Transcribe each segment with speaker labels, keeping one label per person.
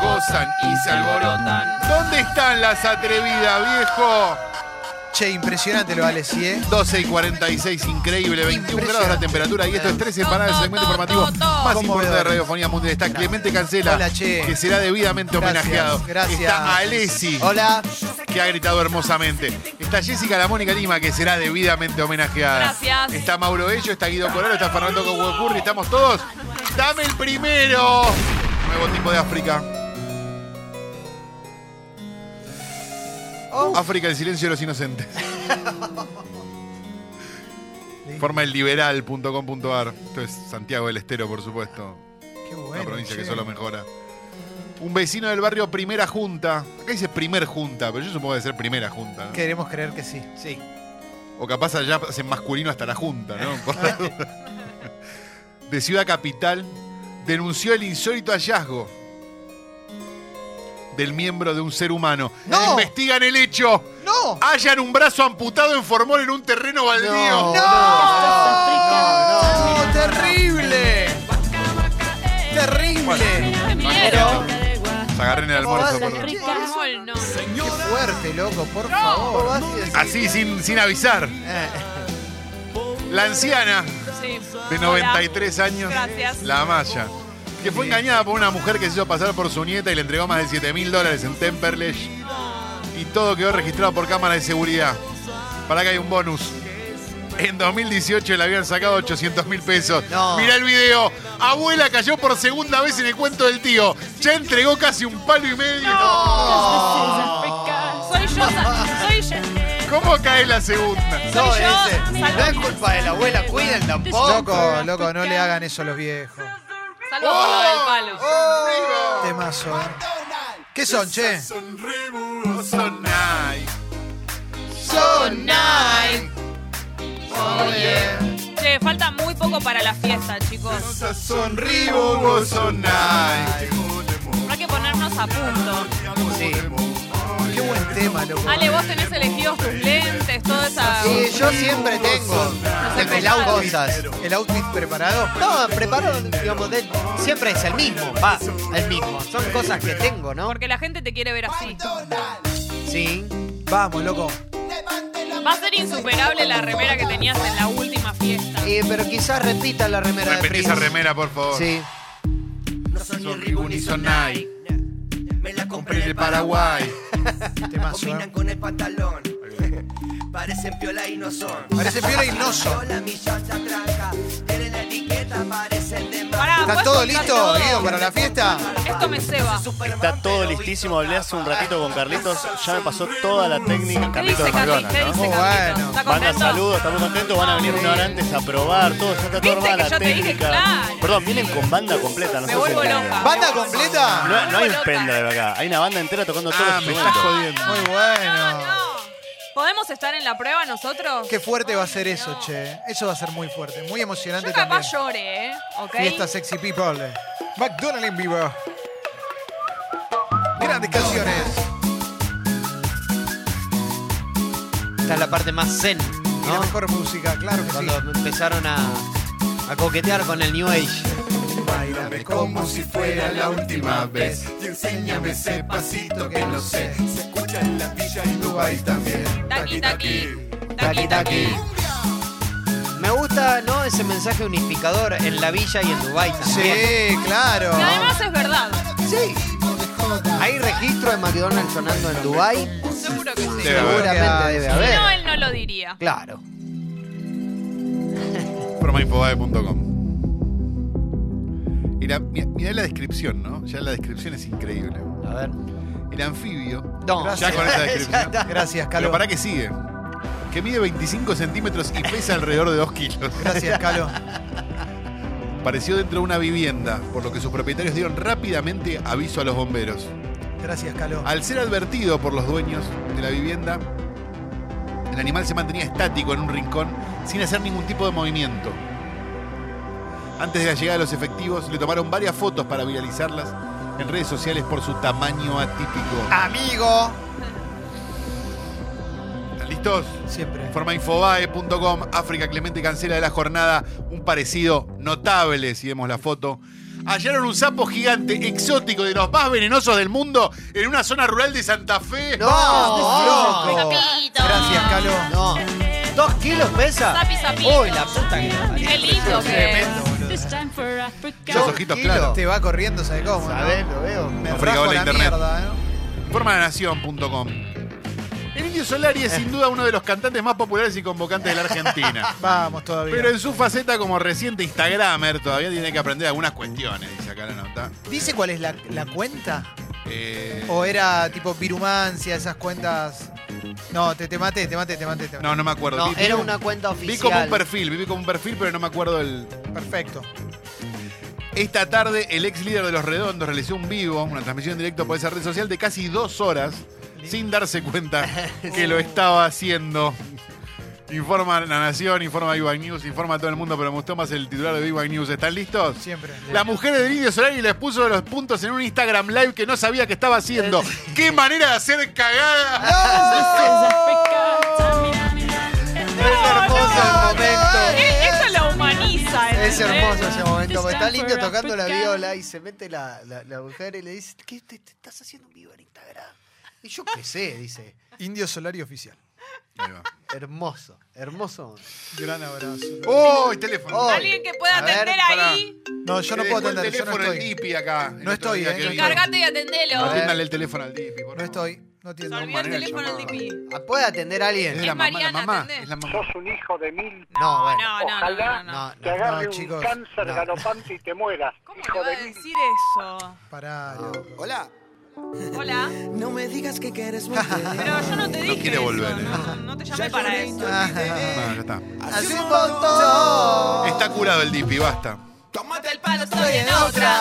Speaker 1: gozan y se alborotan. ¿Dónde están las atrevidas, viejo?
Speaker 2: Che, impresionante lo Alessi, ¿eh?
Speaker 1: 12 y 46, increíble, 21 grados la temperatura y esto es 13 para el segmento informativo más
Speaker 2: ¿Cómo
Speaker 1: importante de
Speaker 2: veo?
Speaker 1: Radiofonía Mundial. Está Clemente Cancela,
Speaker 2: Hola, che.
Speaker 1: que será debidamente
Speaker 2: Gracias,
Speaker 1: homenajeado.
Speaker 2: gracias.
Speaker 1: Está Alessi,
Speaker 2: Hola.
Speaker 1: que ha gritado hermosamente. Está Jessica La Mónica Lima, que será debidamente homenajeada.
Speaker 3: Gracias.
Speaker 1: Está Mauro Bello, está Guido Coralo, está Fernando Cocurri, estamos todos. ¡Dame el primero! Nuevo tipo de África. África, el silencio de los inocentes. Forma el liberal.com.ar. Esto es Santiago del Estero, por supuesto.
Speaker 2: Qué
Speaker 1: Una
Speaker 2: bueno.
Speaker 1: provincia que
Speaker 2: che.
Speaker 1: solo mejora. Un vecino del barrio Primera Junta. Acá dice Primer Junta, pero yo supongo que debe ser Primera Junta. ¿no?
Speaker 2: Queremos creer que sí. Sí.
Speaker 1: O capaz allá hacen masculino hasta la Junta, ¿no? Por la duda. De Ciudad Capital denunció el insólito hallazgo del miembro de un ser humano.
Speaker 2: ¡No!
Speaker 1: Investigan el hecho.
Speaker 2: ¡No!
Speaker 1: Hallan un brazo amputado en Formol en un terreno baldío.
Speaker 2: ¡No!
Speaker 3: No,
Speaker 2: ¡No! ¡Terrible! ¡Terrible!
Speaker 3: Pero.
Speaker 1: Se agarren el almuerzo, por favor.
Speaker 3: Formol, no.
Speaker 2: ¡Qué fuerte, loco! Por favor. Vas y decís-
Speaker 1: Así, sin, sin avisar.
Speaker 2: Eh,
Speaker 1: La anciana
Speaker 3: Sí.
Speaker 1: de 93 años,
Speaker 3: Gracias.
Speaker 1: la Maya, que fue engañada por una mujer que se hizo pasar por su nieta y le entregó más de 7 mil dólares en Temperley. Y todo quedó registrado por cámara de seguridad. Para acá hay un bonus. En 2018 le habían sacado 800 mil pesos.
Speaker 2: No.
Speaker 1: Mirá el video. Abuela cayó por segunda vez en el cuento del tío. Ya entregó casi un palo y medio.
Speaker 2: Oh.
Speaker 3: Soy yo, sa- soy yo.
Speaker 1: ¿Cómo cae la segunda?
Speaker 2: No,
Speaker 3: Soy yo,
Speaker 2: ese-
Speaker 3: salgo.
Speaker 2: no es culpa de la abuela, cuiden tampoco. Loco, loco, no le hagan eso a los viejos.
Speaker 3: Salvo por lo del palo.
Speaker 2: Oh. Temazo, ¿eh? ¿Qué son, che?
Speaker 1: Son Rebu, son Nike.
Speaker 2: Oh. Son nine.
Speaker 3: Che, falta muy poco para la fiesta, chicos.
Speaker 1: Son Rebu, vos son Nike.
Speaker 3: Habrá que ponernos a punto.
Speaker 2: Sí. Qué buen tema, loco.
Speaker 3: Ale, vos tenés elegidos tus lentes, toda esa.
Speaker 2: Sí, yo siempre tengo
Speaker 3: sé
Speaker 2: el
Speaker 3: pensar.
Speaker 2: outfit, el outfit preparado.
Speaker 4: No, preparo, digamos, de- siempre es el mismo, va, el mismo. Son cosas que tengo, ¿no?
Speaker 3: Porque la gente te quiere ver así.
Speaker 4: Sí.
Speaker 2: Vamos, loco.
Speaker 3: Va a ser insuperable la remera que tenías en la última fiesta.
Speaker 4: Eh, pero quizás repita la remera de
Speaker 1: Repetí
Speaker 4: Prince.
Speaker 1: esa remera, por favor.
Speaker 4: Sí.
Speaker 1: Son Rebu ni son Nike. Compré en el Paraguay.
Speaker 2: Temazo,
Speaker 5: Combinan
Speaker 2: ¿eh?
Speaker 5: con el pantalón. Parecen piola y no son.
Speaker 2: Parece piola y no son.
Speaker 5: Sola mi chanta tranca. Tienen la etiqueta, parecen de
Speaker 3: Pará,
Speaker 2: ¿Está
Speaker 3: ¿puedes
Speaker 2: todo
Speaker 3: contar
Speaker 2: listo,
Speaker 3: todo?
Speaker 2: Guido, para la fiesta?
Speaker 3: Esto me ceba.
Speaker 6: Está todo listísimo, hablé hace un ratito con Carlitos, ya me pasó toda la técnica
Speaker 3: ¿Qué
Speaker 6: Carlitos
Speaker 3: dice
Speaker 6: de
Speaker 3: Carlitos?
Speaker 6: McDonald's,
Speaker 3: ¿Qué
Speaker 6: ¿no?
Speaker 3: dice
Speaker 2: Muy
Speaker 3: Carlitos?
Speaker 2: bueno.
Speaker 3: ¿Está
Speaker 6: Van a
Speaker 3: contento?
Speaker 6: saludos, estamos contentos, van a venir una hora antes a probar, todo, ya está todo
Speaker 3: Viste
Speaker 6: armada
Speaker 3: que
Speaker 6: la
Speaker 3: yo te dije,
Speaker 6: técnica.
Speaker 3: claro.
Speaker 6: Perdón, vienen con banda completa, no
Speaker 3: Me
Speaker 6: sé si
Speaker 3: vuelvo
Speaker 6: entienden.
Speaker 3: loca.
Speaker 2: ¿Banda completa?
Speaker 6: No, no hay un pendrive acá, hay una banda entera tocando todos
Speaker 1: Ah,
Speaker 6: los
Speaker 1: me estás
Speaker 6: instrumentos.
Speaker 1: jodiendo.
Speaker 2: Muy
Speaker 3: No,
Speaker 2: bueno.
Speaker 3: no. ¿Podemos estar en la prueba nosotros?
Speaker 2: Qué fuerte va a ser eso, che. Eso va a ser muy fuerte, muy emocionante
Speaker 3: Yo
Speaker 2: también.
Speaker 3: capaz llore, ¿eh? ¿Ok?
Speaker 2: Fiesta Sexy People. McDonald's en vivo. Grandes canciones.
Speaker 4: Esta es la parte más zen,
Speaker 2: Y la
Speaker 4: ¿no?
Speaker 2: mejor música, claro que sí.
Speaker 4: Cuando empezaron a, a coquetear con el New Age.
Speaker 2: Bailame
Speaker 1: como si fuera la última vez.
Speaker 2: Y enséñame ese pasito que no sé.
Speaker 7: Se escucha en la villa y Dubai también.
Speaker 3: Taqui, taqui. Taqui,
Speaker 4: Taqui,
Speaker 3: taqui.
Speaker 4: taqui. Me gusta, ¿no? Ese mensaje unificador en la villa y en Dubái también.
Speaker 2: Sí, claro.
Speaker 3: Y además es verdad.
Speaker 4: Sí. ¿Hay registro de McDonald's sonando en Dubái?
Speaker 3: Seguro que sí.
Speaker 1: Debe haber.
Speaker 4: Seguramente debe
Speaker 3: Si no,
Speaker 4: haber.
Speaker 3: él no lo diría.
Speaker 4: Claro.
Speaker 1: Promainfobae.com. Y la- Mirá, mirá la descripción, ¿no? Ya la descripción es increíble.
Speaker 4: A ver.
Speaker 1: El anfibio.
Speaker 4: No.
Speaker 1: Ya con esa descripción.
Speaker 2: Gracias,
Speaker 1: Pero
Speaker 2: Calo.
Speaker 1: para qué sigue. Que mide 25 centímetros y pesa alrededor de 2 kilos.
Speaker 2: Gracias, Calo.
Speaker 1: Pareció dentro de una vivienda, por lo que sus propietarios dieron rápidamente aviso a los bomberos.
Speaker 2: Gracias, Calo.
Speaker 1: Al ser advertido por los dueños de la vivienda, el animal se mantenía estático en un rincón sin hacer ningún tipo de movimiento. Antes de la llegada de los efectivos, le tomaron varias fotos para viralizarlas en redes sociales por su tamaño atípico.
Speaker 2: Amigo.
Speaker 1: ¿Están listos?
Speaker 2: Siempre.
Speaker 1: Formainfobae.com, África Clemente cancela de la jornada un parecido notable, si vemos la foto. hallaron un sapo gigante exótico de los más venenosos del mundo en una zona rural de Santa Fe.
Speaker 4: No, no.
Speaker 2: loco.
Speaker 3: Sapito.
Speaker 2: Gracias, Calo.
Speaker 4: No. ¿Dos kilos pesa?
Speaker 3: Sapi, sapito.
Speaker 4: Uy, la puta que la parió.
Speaker 3: Qué lindo que es.
Speaker 2: Tremendo, boludo.
Speaker 1: Esos
Speaker 4: Dos
Speaker 1: ojitos
Speaker 4: kilos.
Speaker 1: claros.
Speaker 4: Te-
Speaker 2: Te va corriendo, ¿sabes cómo? no?
Speaker 4: ¿Sabés? Lo veo.
Speaker 2: Me
Speaker 1: Complicado
Speaker 2: rajo
Speaker 1: la
Speaker 2: la
Speaker 1: internet.
Speaker 2: mierda, ¿eh? ¿no?
Speaker 1: Informanación.com. El Indio Solari es sin duda uno de los cantantes más populares y convocantes de la Argentina.
Speaker 2: Vamos todavía.
Speaker 1: Pero en su faceta como reciente Instagramer todavía tiene que aprender algunas cuestiones, dice acá la nota.
Speaker 2: ¿Dice cuál es la, la cuenta?
Speaker 1: Eh,
Speaker 2: ¿O era tipo virumancia, esas cuentas? No, te, te maté, te maté, te maté. Te maté.
Speaker 1: no, no me acuerdo.
Speaker 4: No,
Speaker 1: Vi- vi
Speaker 4: era
Speaker 1: como-
Speaker 4: una cuenta
Speaker 1: Vi como un
Speaker 4: oficial.
Speaker 1: perfil, vi como un perfil, pero no me acuerdo el,
Speaker 2: Perfecto.
Speaker 1: Esta tarde, el ex líder de Los Redondos realizó un vivo, una transmisión en directo por esa red social de casi dos horas, sin darse cuenta que lo estaba haciendo. Informa La Nación, informa Big Bang News, informa a todo el mundo, pero me gustó más el titular de Big Bang News. ¿Están listos?
Speaker 2: Siempre.
Speaker 1: La mujer de Indio Solari les puso los puntos en un Instagram Live que no sabía que estaba haciendo. ¡Qué manera de hacer cagada!
Speaker 2: es hermoso el momento.
Speaker 3: Eh, Eso la humaniza.
Speaker 2: Es
Speaker 3: ¿entendés?
Speaker 2: hermoso ese momento, porque está el indio tocando la viola y se mete la, la- la mujer y le dice, ¿qué te, te estás haciendo un vivo en Instagram? Y yo qué sé, dice. Indio Solari Oficial.
Speaker 1: Ahí va.
Speaker 4: Hermoso, hermoso.
Speaker 2: Gran abrazo.
Speaker 1: ¡Oh, el teléfono!
Speaker 4: Oh,
Speaker 3: Alguien que pueda
Speaker 4: A ver,
Speaker 3: atender
Speaker 1: pará.
Speaker 3: ahí.
Speaker 2: No, yo no
Speaker 1: Le
Speaker 2: puedo
Speaker 1: dejó
Speaker 2: atender,
Speaker 1: el
Speaker 2: yo no
Speaker 1: teléfono al
Speaker 2: estoy.
Speaker 1: Dipi acá. el
Speaker 2: No
Speaker 1: otro
Speaker 2: estoy,
Speaker 1: día
Speaker 2: eh.
Speaker 1: que vino.
Speaker 3: Cargate y atendelo.
Speaker 1: Atiéndale el teléfono al Dipi, por
Speaker 2: No
Speaker 1: favor.
Speaker 2: estoy, no
Speaker 3: Se
Speaker 2: atiendo.
Speaker 3: olvidó el
Speaker 1: manera de
Speaker 3: teléfono al
Speaker 1: llamar.
Speaker 3: DP.
Speaker 4: Ah, ¿Puede atender a alguien?
Speaker 1: Es
Speaker 3: Es
Speaker 1: la mamá, la
Speaker 3: Mariana,
Speaker 1: mamá.
Speaker 3: atendé.
Speaker 1: Es la mamá.
Speaker 8: Sos un hijo de mil.
Speaker 4: No, bueno.
Speaker 3: No, no, no,
Speaker 8: Ojalá
Speaker 3: no, no.
Speaker 4: no,
Speaker 8: que agarre
Speaker 2: no,
Speaker 8: un
Speaker 2: chicos,
Speaker 8: cáncer
Speaker 2: no.
Speaker 8: galopante y te mueras.
Speaker 3: ¿Cómo le
Speaker 8: Hijo
Speaker 3: va
Speaker 8: de
Speaker 3: a
Speaker 8: mil.
Speaker 3: decir eso?
Speaker 2: Pará, loco.
Speaker 4: Hola.
Speaker 3: Hola.
Speaker 5: No me digas que quieres volver.
Speaker 3: Pero yo no te dije.
Speaker 1: quiere
Speaker 3: eso,
Speaker 1: volver, ¿eh?
Speaker 3: No, no te llamé para eso.
Speaker 2: Ah,
Speaker 1: Ah, ya está.
Speaker 2: Hace un montón.
Speaker 1: Está curado el Dipi, basta.
Speaker 5: Tómate el
Speaker 3: Palo, estoy en otra.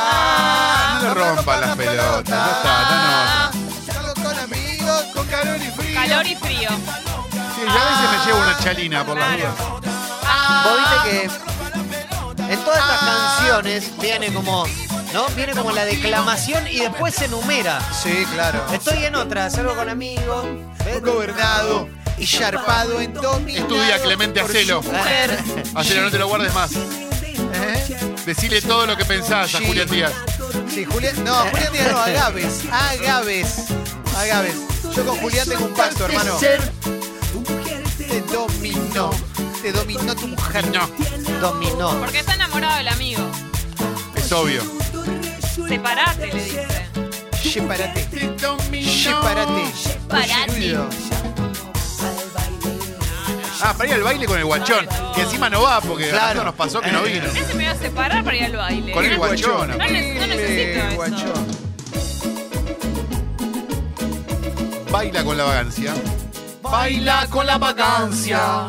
Speaker 1: No le rompa las pelotas. Ya está, ya no.
Speaker 2: Salgo con amigos, con calor y frío.
Speaker 3: Calor y frío.
Speaker 1: Sí, yo a veces me llevo una chalina por las
Speaker 3: Claro.
Speaker 1: dudas.
Speaker 4: Vos viste que en todas estas canciones viene como, ¿no? Viene como la declamación y después se enumera.
Speaker 2: Sí, claro.
Speaker 4: Estoy en otra, salgo con amigos.
Speaker 2: Fue gobernado y sharpado en dominio.
Speaker 1: Estudia, Clemente, hacelo. Hacelo, no te lo guardes más.
Speaker 2: ¿Eh?
Speaker 1: Decile todo lo que pensás a
Speaker 2: Sí.
Speaker 1: Julián Díaz.
Speaker 2: Sí, Julián. No, Julián Díaz no, Agaves. Agaves. Agaves. Yo con Julián tengo un pacto, hermano. Te dominó. Te dominó tu mujer.
Speaker 1: No,
Speaker 4: Dominó.
Speaker 3: Porque está enamorado del amigo.
Speaker 1: es obvio.
Speaker 3: Separate, le dice.
Speaker 2: Sepárate.
Speaker 1: Separate.
Speaker 2: Sepárate.
Speaker 3: Separate.
Speaker 1: Ah, para ir al baile con el guachón. Que encima no va porque
Speaker 4: Claro.
Speaker 1: claro. nos pasó que no vino.
Speaker 3: Ya se me va a separar para ir al baile.
Speaker 1: Con el
Speaker 3: No,
Speaker 1: guachón.
Speaker 3: No, ne- no necesito
Speaker 2: Eh,
Speaker 3: eso.
Speaker 2: guachón.
Speaker 1: Baila con la vagancia. Baila con la vacancia.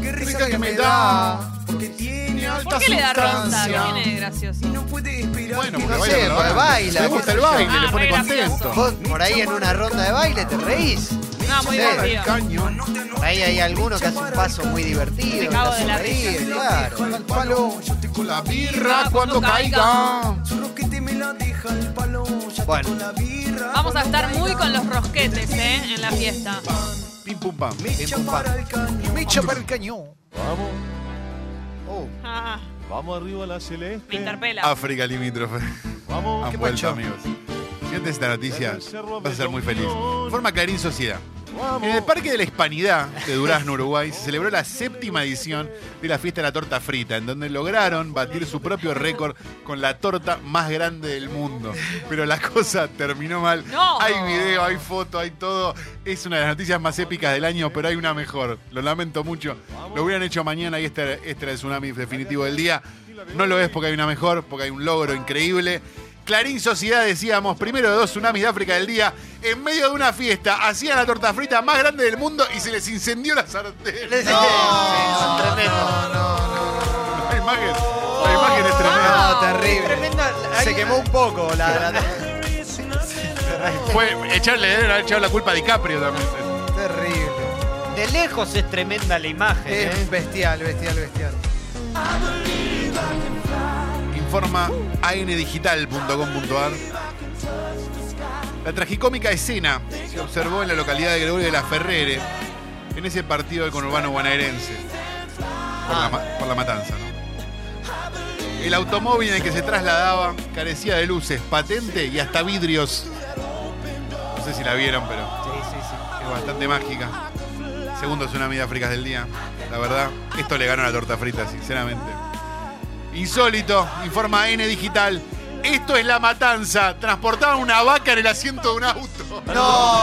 Speaker 7: Qué
Speaker 1: Rica que me da.
Speaker 7: porque tiene
Speaker 3: ¿Por
Speaker 7: alta
Speaker 3: qué le da ronda?
Speaker 7: sustancia.
Speaker 3: ¿Qué tiene de gracioso?
Speaker 7: No puede esperar.
Speaker 1: Bueno,
Speaker 7: que
Speaker 1: porque
Speaker 2: No
Speaker 1: baila
Speaker 2: sé,
Speaker 1: con la
Speaker 2: porque
Speaker 1: vagancia.
Speaker 2: baila,
Speaker 1: Le gusta
Speaker 2: qué
Speaker 1: el
Speaker 2: sé yo.
Speaker 1: baile, le
Speaker 3: Ah,
Speaker 1: pone
Speaker 3: re gracioso.
Speaker 1: contento.
Speaker 4: Vos por ahí en una ronda de baile te reís.
Speaker 3: No, muy
Speaker 4: Sí.
Speaker 3: divertido.
Speaker 7: cañón. No te
Speaker 4: Por ahí hay alguno que hace un paso muy divertido.
Speaker 3: Me cago
Speaker 4: te hace
Speaker 3: de la
Speaker 4: reír,
Speaker 3: risa.
Speaker 4: claro.
Speaker 7: deja el palo. Yo te con la
Speaker 1: Birra cuando caiga.
Speaker 7: Su roquete me la deja el palo. Ya te
Speaker 4: Bueno.
Speaker 7: con la birra.
Speaker 3: Vamos a estar muy con los rosquetes, ¿eh? En la fiesta.
Speaker 1: Pim pum pam.
Speaker 7: Me echa
Speaker 4: pum, pam.
Speaker 7: para el cañón.
Speaker 2: Me echa para el cañón.
Speaker 6: Vamos,
Speaker 4: Oh,
Speaker 3: Ah,
Speaker 6: vamos arriba a la
Speaker 3: me
Speaker 6: celeste.
Speaker 3: interpela.
Speaker 1: África limítrofe.
Speaker 6: Vamos,
Speaker 1: Han
Speaker 6: ¿qué
Speaker 1: vuelto,
Speaker 6: pacho?
Speaker 1: amigos. Fíjate esta noticia. Vas a ser muy feliz. Forma Clarín Sociedad. En el
Speaker 6: Vamos.
Speaker 1: Parque de la Hispanidad de Durazno, Uruguay, se celebró la séptima edición de la fiesta de la torta frita, en donde lograron batir su propio récord con la torta más grande del mundo. Pero la cosa terminó mal.
Speaker 3: No.
Speaker 1: Hay video, hay foto, hay todo. Es una de las noticias más épicas del año, pero hay una mejor. Lo lamento mucho. Lo hubieran hecho mañana y este, este era el tsunami definitivo del día. No lo es porque hay una mejor, porque hay un logro increíble. Clarín Sociedad decíamos, primero de dos tsunamis de África del día, en medio de una fiesta, hacían la torta frita más grande del mundo y se les incendió la sartén.
Speaker 4: No,
Speaker 2: No, no, no.
Speaker 1: La imagen, la imagen es tremenda.
Speaker 2: No, terrible. Se quemó un poco la. la-
Speaker 1: Fue echarle, deben haber echado la culpa a DiCaprio también.
Speaker 2: terrible.
Speaker 4: de lejos es tremenda la imagen. ¿eh?
Speaker 2: Es bestial, bestial, bestial.
Speaker 1: Informa andigital.com.ar. La tragicómica escena se observó en la localidad de Gregorio de la Ferrere, en ese partido del conurbano bonaerense. Por, la, ma- por la matanza, ¿no? El automóvil en el que se trasladaba carecía de luces, patente y hasta vidrios. No sé si la vieron, pero es bastante mágica. Segundo tsunami de África del día. La verdad, esto le ganó a la torta frita, sinceramente. Insólito, informa N Digital. Esto es la matanza. Transportaban una vaca en el asiento de un auto.
Speaker 2: No.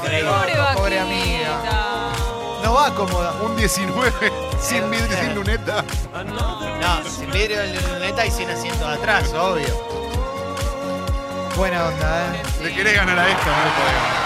Speaker 3: Pobre vaquita.
Speaker 2: Pobre amiga. No va cómoda.
Speaker 1: Un 19 sin vidrio, sin luneta.
Speaker 4: No, sin vidrio en la luneta y sin asiento de atrás, obvio.
Speaker 2: Buena eh. onda, ¿eh?
Speaker 1: Le querés ganar a esta, no le podés ganar.